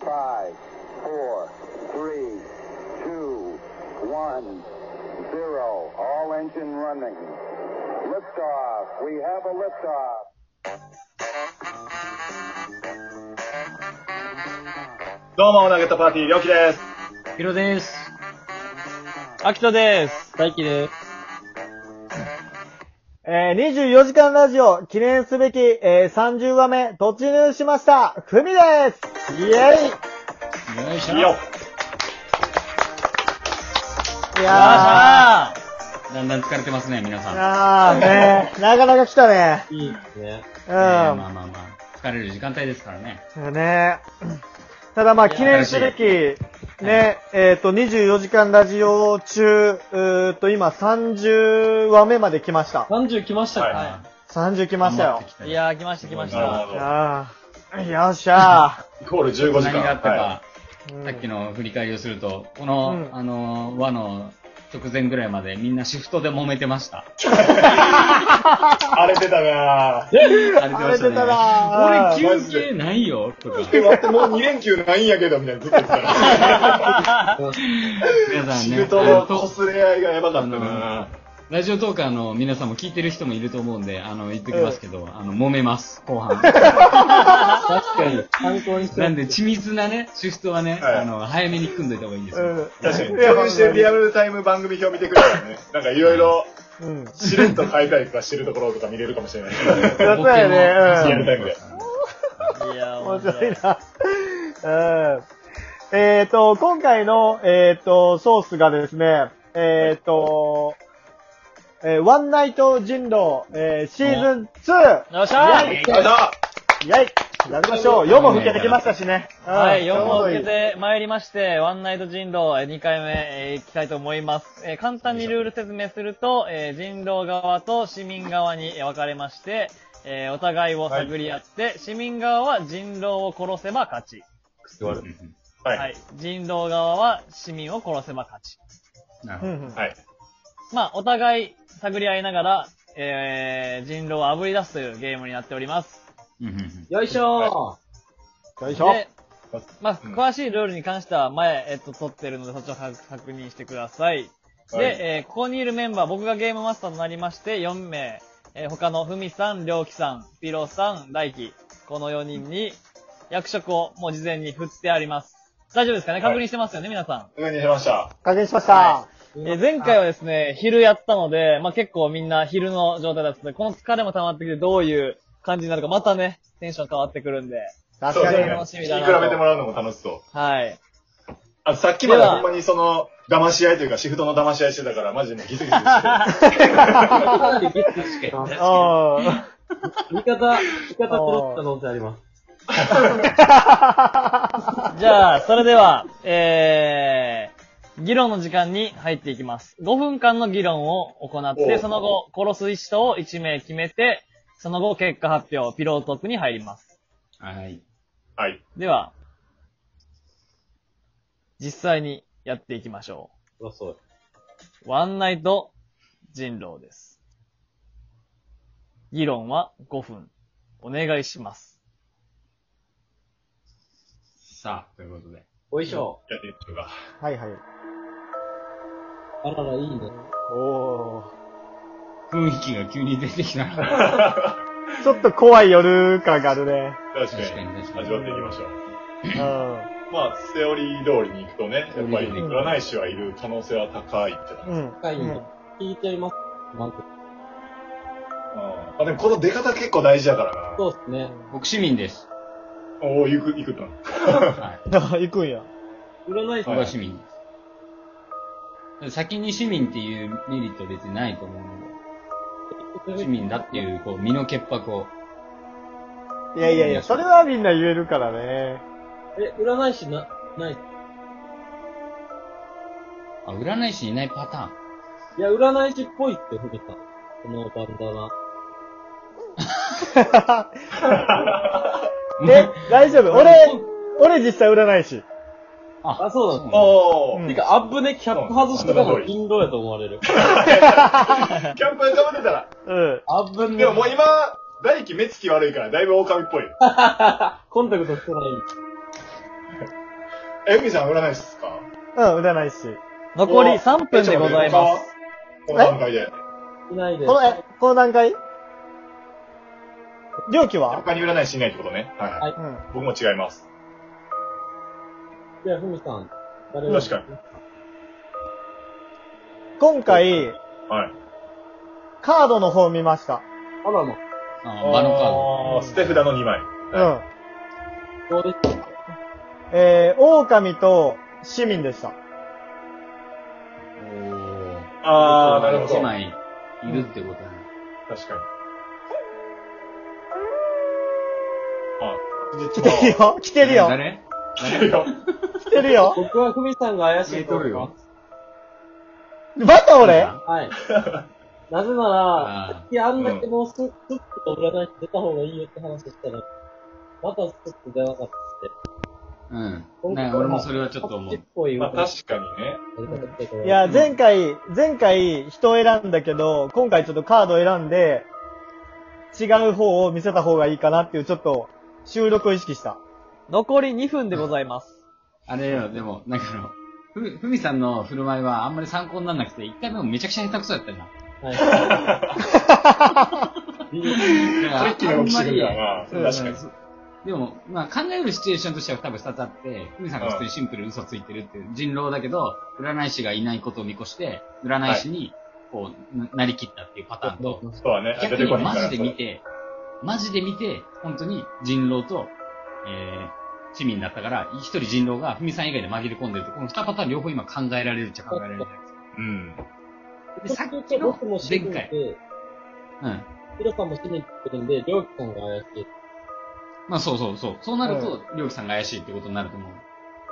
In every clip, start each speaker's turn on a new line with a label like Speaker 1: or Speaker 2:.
Speaker 1: five, four, three, two, one, zero. All engine running. Liftoff. We have a liftoff.
Speaker 2: どうも、ナゲットパーティー、りょうきです。
Speaker 3: ヒロです。
Speaker 4: 秋田です。
Speaker 3: 大輝です。
Speaker 4: えー、24時間ラジオ記念すべき、えー、30話目突入しました。ふみですイェ
Speaker 3: お願いし
Speaker 2: いいよ。
Speaker 4: イいや
Speaker 3: だんだん疲れてますね、皆さ
Speaker 4: ー
Speaker 3: ん。
Speaker 4: あーねなかなか来たね。
Speaker 3: いいですね。えー
Speaker 4: う
Speaker 3: まあ
Speaker 4: ん。
Speaker 3: まあまあ、疲れる時間帯ですからね。
Speaker 4: ねただまあ記念すべき、ね、えっ、と、24時間ラジオ中、うーっと、今30話目まで来ました。
Speaker 5: 30来ましたか、
Speaker 2: は
Speaker 4: 30来ましたよ。
Speaker 5: い、やー、来ました来まし
Speaker 2: なる
Speaker 5: た。
Speaker 2: ほど。
Speaker 4: ああ、よっしゃ
Speaker 2: イコール15
Speaker 3: 何
Speaker 2: 時間。
Speaker 3: があったか、
Speaker 2: は
Speaker 4: ー。
Speaker 3: さっき
Speaker 4: の。
Speaker 3: の振り返りをすると、この、
Speaker 4: うん
Speaker 3: あのー、和の直前ぐらいまでみんなシフトで揉めてました。
Speaker 2: い荒れてたなぁ。
Speaker 3: 荒れ
Speaker 4: あれ出た
Speaker 3: ね。
Speaker 4: な
Speaker 3: 俺休憩ないよ、とか。
Speaker 2: で、待って、もう2連休ないんやけど、みたいなずっと言ってたら。
Speaker 3: 皆さん
Speaker 2: シ
Speaker 3: ね。
Speaker 2: フト
Speaker 3: あ
Speaker 2: の
Speaker 3: のと
Speaker 2: こすれ合いがやばかった
Speaker 3: あ
Speaker 2: な
Speaker 3: ラジオトーカーの皆さんも聞いてる人もいると思うんで、あの、言っときますけど、あの、揉めます、後半。
Speaker 5: 確かに。参考にして
Speaker 3: なんで、緻密なね、シフトはね、
Speaker 2: はい
Speaker 3: あの、早めに組んどいた方がいいんですよ。
Speaker 4: うん。
Speaker 2: 確かに。共有してリアルタイム番組表見てくれたらね、なんかいろいろ、
Speaker 4: うん。
Speaker 2: しれっと書いたりとかしてるところとか見れるかもしれ ない。リ
Speaker 4: そうだよね。
Speaker 2: ア
Speaker 4: うん
Speaker 2: ル。タイムで。
Speaker 5: いやー、
Speaker 4: 面
Speaker 5: 面
Speaker 4: 白
Speaker 5: 白
Speaker 4: い
Speaker 5: い。
Speaker 4: な。うん。えっ、と、今回の、えっ、と、ソースがですね、えっ、と、えーワンナイト人狼、えーシーズン 2!
Speaker 5: よっしゃー
Speaker 2: あだ
Speaker 4: イェイやりましょう !4 も吹けてきましたしね。うん
Speaker 5: はい、4問受け。
Speaker 4: ちょう
Speaker 5: てまいりまして、ワンナイト人狼2回目、えー、いきたいと思います。えー、簡単にルール説明すると、えー、人狼側と市民側にえー分かれまして、えー、お互いを探り合って、市民側は人狼を殺せば勝ち。
Speaker 3: うん
Speaker 2: は。
Speaker 5: はいい。人狼側は市民を殺せば勝ち。
Speaker 3: なる
Speaker 4: ど
Speaker 3: ほど。
Speaker 4: いうんうん
Speaker 2: はい。
Speaker 5: まあ、お互い探り合いながら、えー、人狼を炙り出すというゲームになっております。
Speaker 3: うんうんうん
Speaker 5: よいしょー、
Speaker 4: よいしょ。
Speaker 5: で、まあ、
Speaker 2: うん
Speaker 5: 詳しいルールに関しては前、えっと、撮ってるので、そっちを確確認してください。で、
Speaker 2: はい
Speaker 5: えーここにいるメンバー、僕がゲームマスターとなりまして、4名、えー他のふみさん、りょうきさん、ピロさん、大輝、この4人に役職をもう事前に振ってあります。大丈夫ですかね確認してますよね、皆さん。
Speaker 2: 上に減ました。
Speaker 4: 加減しました。
Speaker 5: えー前回はですね、昼やったので、まあ、結構みんな昼の状態だったので、この疲れも溜まってきてどういう感じになるか、またね、テンション変わってくるんで。
Speaker 4: 確
Speaker 2: そう
Speaker 4: か
Speaker 2: で
Speaker 4: に
Speaker 2: す。
Speaker 5: ね
Speaker 2: ね。聞き比べてもらうのも楽しそう。
Speaker 5: はい。
Speaker 2: あさっきまでほんまにその、騙し合いというか、シフトの騙し合いしてたから、マジでもうギスギスしてた。
Speaker 4: うん。
Speaker 5: 味方、味方
Speaker 4: 狂った
Speaker 5: 能性あります。じゃあ、それでは、えー、議論の時間に入っていきます。5分間の議論を行っ
Speaker 2: お
Speaker 5: て、
Speaker 2: う
Speaker 5: その後、殺す人を1名決めて、その後、結果発表、ピロートークに入ります。
Speaker 3: はい。
Speaker 2: はい。
Speaker 5: では、実際にやっていきましょう。ワンナイト人狼です。議論は5分。お願いします。
Speaker 3: さあ、ということで。
Speaker 6: おいしょ。
Speaker 2: やってみましょうか。
Speaker 4: はいはい。
Speaker 6: あらら、いいね。
Speaker 4: おー。
Speaker 3: 雰囲気が急に出てきたな。
Speaker 4: ちょっと怖い夜感があるね。
Speaker 2: 確かに。
Speaker 3: 確かに確かに
Speaker 2: 味わっていきましょう。
Speaker 4: うん。
Speaker 2: まあ、セオリー通りに行くとね、やっぱり
Speaker 3: セオリー通り
Speaker 2: 占い師はいる可能性は高いってな。
Speaker 4: うん。
Speaker 6: 深いね。聞いちゃいます。なんて。
Speaker 2: あ、でもこの出方結構大事だからな。
Speaker 6: そうですね。
Speaker 3: 僕市民です。
Speaker 2: おお、行く、行くな。
Speaker 3: は
Speaker 4: 行くんや。
Speaker 6: 占い
Speaker 3: い。
Speaker 6: 師
Speaker 3: 僕は市民です。先に市民っていうメリット別にないと思うので、市民だっていう、こう、身の潔白を。
Speaker 4: いやいやいや、それはみんな言えるから ね。
Speaker 6: え、占い師な、ない。
Speaker 3: あ、占い師いないパターン。
Speaker 6: いや、占い師っぽいって、ふみさん。このバンダナ。
Speaker 4: え、大丈夫俺、俺実際占い師。
Speaker 3: あ
Speaker 6: あ、そうなんだ。
Speaker 2: おお、
Speaker 4: うん
Speaker 6: てか、アップね、キャップ外してた
Speaker 2: そう
Speaker 6: ら、インドやと思われる。
Speaker 2: キャンプにかぶってたら。
Speaker 4: うん。
Speaker 6: アップね。
Speaker 2: でももう今、大輝目つき悪いから、だいぶ狼っぽい。
Speaker 6: コンタクトしてない。
Speaker 2: え、みさん占い師ですか
Speaker 4: うん、占い師。
Speaker 5: 残り3分でございます。
Speaker 2: この段階で。
Speaker 6: いないです。
Speaker 4: この、え、この段階料金は
Speaker 2: 他に占い師いないってことね。はいはい。
Speaker 6: はい
Speaker 4: うん。
Speaker 2: 僕も違います。
Speaker 6: じゃあ、ふみさん、誰
Speaker 2: 確かに。
Speaker 4: 今回、
Speaker 2: はい。
Speaker 4: カードの方見ました。
Speaker 6: あらま、
Speaker 3: あーバロンカード。
Speaker 2: あー捨て札の2枚。
Speaker 4: うん。
Speaker 6: どうでしたか
Speaker 4: えー、狼と市民でした。
Speaker 2: あー、なるほ
Speaker 3: 1
Speaker 2: ど。
Speaker 3: 枚いるってことだね。
Speaker 2: 確かに。あ、
Speaker 4: 来
Speaker 2: 実
Speaker 4: てる
Speaker 2: は、
Speaker 4: よ来てるよ
Speaker 3: 誰
Speaker 2: 来てるよ。
Speaker 4: 来てるよ
Speaker 6: 僕はふみさんが怪しいと思います。
Speaker 4: また俺
Speaker 6: はい。 なぜなら、
Speaker 3: あ
Speaker 6: いや、あんだけもうす、すっと占い師出た方がいいよって話したら、またすっと出なかったって。
Speaker 3: ーうん。ね、俺もそれはちょっと思
Speaker 6: っ
Speaker 3: う。
Speaker 6: ぽい
Speaker 2: まあ
Speaker 6: 占い
Speaker 2: 確かにね。
Speaker 6: 師
Speaker 4: いや、前回、前回人を選んだけど、今回ちょっとカードを選んで、違う方を見せた方がいいかなっていう、ちょっと、収録を意識した。
Speaker 5: 残り2分でございます。
Speaker 3: あれよ、でも、なんかあの、ふみ、ふみさんの振る舞いはあんまり参考にならなくて、一回目もめちゃくちゃ下手くそだったよ な。
Speaker 6: はい。
Speaker 2: さっきの起きてるからな。
Speaker 3: だからあんまり
Speaker 2: 確かに。
Speaker 3: そうでも、まあ考えるシチュエーションとしては多分2つあって、ふみさんが普通にシンプルに嘘ついてるっていう、人狼だけど、占い師がいないことを見越して、占い師に、こう、ななりきったっていうパターンと、
Speaker 2: そうはね、
Speaker 3: 逆
Speaker 2: 出て
Speaker 3: に
Speaker 2: こない
Speaker 3: マ
Speaker 2: から
Speaker 3: ジで見て、マジで見て、本当に人狼と、えー、市民だったから、一人人狼がふみさん以外で紛れ込んでるって、この二パターン両方今考えられるっちゃ考えられるじゃないですか。
Speaker 2: うん。
Speaker 3: で、さっき
Speaker 6: 僕も
Speaker 3: の、
Speaker 6: 死
Speaker 3: 前
Speaker 6: ぬんで
Speaker 3: 回、、うん。
Speaker 6: ヒロさんも死ぬってるんで、りょうきさんが怪しい。
Speaker 3: まあそうそうそう。そうなると、りょうきさんが怪しいってことになると思う。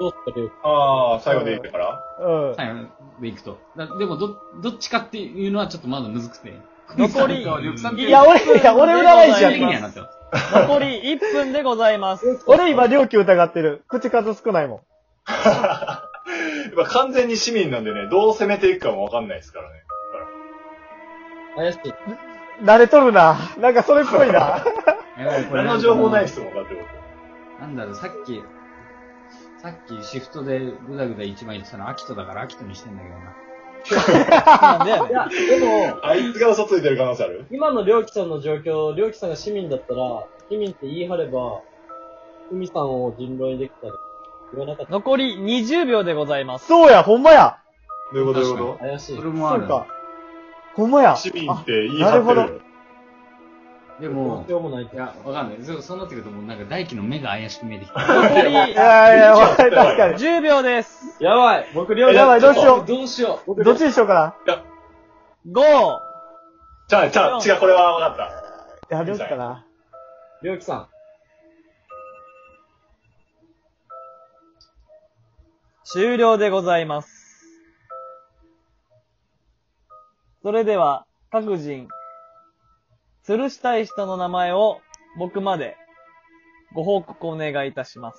Speaker 6: どうすか、りょうき
Speaker 2: ああ、最後で言ってから
Speaker 4: うん。
Speaker 3: 最後でいくと。だでも、ど、どっちかっていうのはちょっとまだむずくて。
Speaker 5: 残
Speaker 3: ふみ
Speaker 5: り
Speaker 3: さんとりょうきさんってう
Speaker 4: いや、俺、いや、俺占い師
Speaker 3: 最
Speaker 4: や
Speaker 3: 終的には
Speaker 4: っ
Speaker 3: なってます。
Speaker 5: 残り1分でございます。
Speaker 4: た。俺今、料金疑ってる。口数少ないも
Speaker 2: 今完全に市民なんでね、どう攻めていくかもわかんないですからね。
Speaker 6: さん怪しい。
Speaker 4: ん。慣れとるな。なんかそれっぽい な。
Speaker 3: やばいこれ
Speaker 2: 何の情報ないですもん、だって僕。
Speaker 3: なんだろう、さっき、さっきシフトでグダグダ一枚言ってたの、アキトだからアキトにしてんだけどな。
Speaker 5: なんでやね
Speaker 6: い
Speaker 5: ん
Speaker 6: や、でも、
Speaker 2: あいつが嘘ついてる可能性ある
Speaker 6: 今のりょうきさんの状況、りょうきさんが市民だったら、市民って言い張れば、ふみさんを人狼にできたり、言わなかった。
Speaker 5: 残り20秒でございます。
Speaker 4: そうや、ほんまや。
Speaker 2: どういうことどういうこ
Speaker 3: 確かに
Speaker 6: 怪しい
Speaker 3: そ。れも
Speaker 4: そ
Speaker 3: あ
Speaker 4: う
Speaker 3: る。
Speaker 4: か。ほんまや。
Speaker 2: と市民っ
Speaker 4: あ
Speaker 2: て言い張って
Speaker 4: なる
Speaker 2: る。
Speaker 3: で
Speaker 6: どう
Speaker 3: も
Speaker 6: し、ようもないけ
Speaker 3: い
Speaker 6: ど。
Speaker 3: や、わかんない。そうそうなってくると、もうなんか大輝の目が怪しく見えてきた。
Speaker 5: 残り
Speaker 4: いや いや、わかる確かに。
Speaker 5: 10秒です。
Speaker 6: やばい僕りょう
Speaker 4: やばい、どうしよ
Speaker 6: どうしよう
Speaker 4: う。どっちにしようか
Speaker 5: 5、
Speaker 2: じゃあ、じゃあ、違う、これはわかっ
Speaker 4: な。いや、りょうきかな。
Speaker 6: りょうきさ
Speaker 5: 終了でございます。それでは、各人、吊るしたい人の名前を僕までご報告お願いいたします。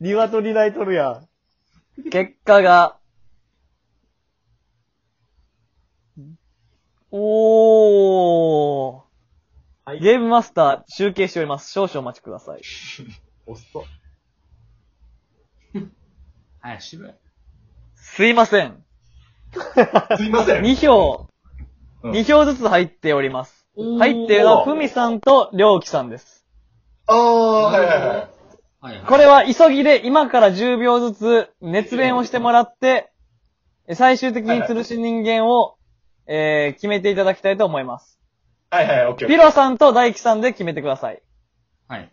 Speaker 4: 鶏泣いとるやん。
Speaker 5: 結果が、おー。
Speaker 6: はい
Speaker 5: ゲームマスター集計しております。少々お待ちください。
Speaker 6: ん。おっそ。
Speaker 3: はい、渋い。
Speaker 5: すいません。
Speaker 2: た。すいません。
Speaker 5: 2票、
Speaker 2: うん
Speaker 5: 2票ずつ入っております。
Speaker 6: うん
Speaker 5: 入っているのは、ふみさんとりょうきさんです。
Speaker 2: ああ、はいはいはい。
Speaker 3: はい、はい。
Speaker 5: これは急ぎで今から10秒ずつ熱弁をしてもらって、え最終的に吊るし人間を、えー決めていただきたいと思います。
Speaker 2: はいはい、オッケーオッケー。
Speaker 5: ピロさんと大輝さんで決めてください。
Speaker 3: はい。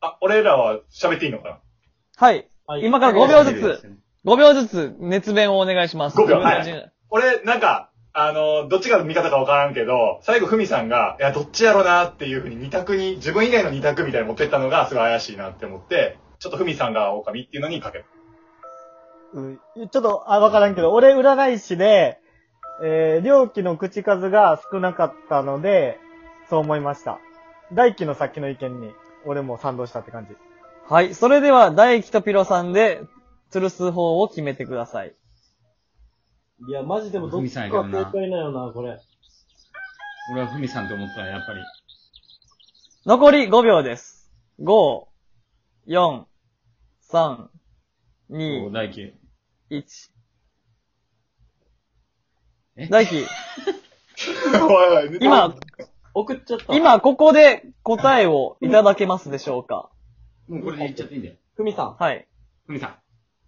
Speaker 2: あ、俺らは喋っていいのか
Speaker 5: はい。
Speaker 6: はい
Speaker 5: 今から5秒ず
Speaker 3: そうで
Speaker 5: つ
Speaker 3: す、ね
Speaker 5: 5秒ずつ熱弁をお願いします。
Speaker 2: 5秒
Speaker 5: 自分
Speaker 2: は
Speaker 5: たち
Speaker 2: な俺、なんか、あの、どっちが味方かわからんけど、最後、ふみさんが、いや、どっちやろなっていうふうに二択に、自分以外の二択みたいに持ってったのが、すごい怪しいなって思って、ちょっとふみさんが狼っていうのにかけた。
Speaker 4: うんちょっと、あ、わからんけど、俺占い師で、えー、料金の口数が少なかったので、そう思いました。大輝のさっきの意見に。
Speaker 7: 俺も賛同したって感じ。
Speaker 4: はい。それでは、大輝とピロさんで、吊るす方を決めてください。
Speaker 5: いや、マジでもどっちか正解なよな、これ。
Speaker 3: 俺はふみさんと思ったらやっぱり。
Speaker 4: 残り5秒です。5、4、3、
Speaker 3: お
Speaker 4: 2、
Speaker 3: 大輝。
Speaker 4: 1
Speaker 3: え。
Speaker 4: 大輝、
Speaker 2: おいおい
Speaker 4: 今、
Speaker 5: 送っちゃった。
Speaker 4: 今ここで答えをいただけますでしょうか
Speaker 3: もうこれで言っちゃっていいんだよ。
Speaker 5: ふみさん。
Speaker 4: はい。
Speaker 3: ふみさん。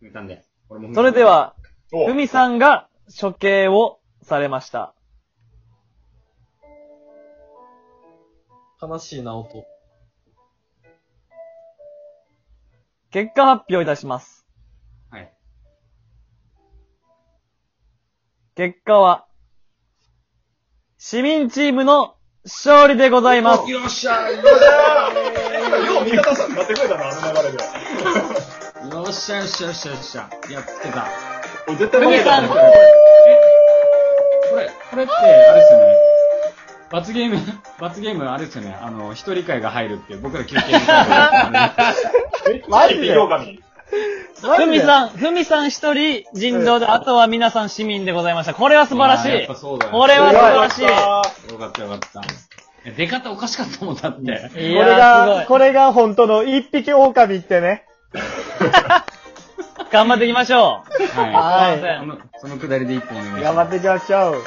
Speaker 3: ふみさんで。俺もふみさ
Speaker 4: そ
Speaker 3: ん
Speaker 4: れで。は、
Speaker 2: お
Speaker 4: ふみさんが処刑をされました。
Speaker 5: 悲しいな、音。
Speaker 4: 結果発表いたします。
Speaker 3: はい。
Speaker 4: 結果は、市民チームの勝利でございます。
Speaker 3: よっしゃよ
Speaker 2: よう味方さん買ってくれたな、あの流れで。
Speaker 3: っしゃよっしゃよっしゃよっしゃ。やっつけた。
Speaker 2: 俺絶対負けたな。
Speaker 3: これ、これって、あれですよね。罰ゲーム、 罰ゲーム、あれですよね。あの、一人会が入るって、僕ら休憩みたいな。
Speaker 7: マジで
Speaker 2: 評価に。
Speaker 4: ふみ
Speaker 7: ん
Speaker 4: さん、ふみさん一人人道で、あとは皆さん市民でございました。これは素晴らし
Speaker 3: あーやっ
Speaker 4: い
Speaker 3: ぱ。そうだよ。
Speaker 4: これは素晴ら
Speaker 3: よかったよかった。え出方おかしかったもんだ って。
Speaker 4: しい。い
Speaker 7: こ
Speaker 4: や
Speaker 7: れ
Speaker 4: ー
Speaker 7: が、
Speaker 4: すご
Speaker 7: これが本当の一匹狼ってね。
Speaker 4: い。頑張っていきましょう。
Speaker 3: はい。
Speaker 7: は
Speaker 4: すいません
Speaker 7: い。
Speaker 3: その、そのくだりで一本お願いします。
Speaker 7: 頑張っていきましょう。
Speaker 2: じゃあ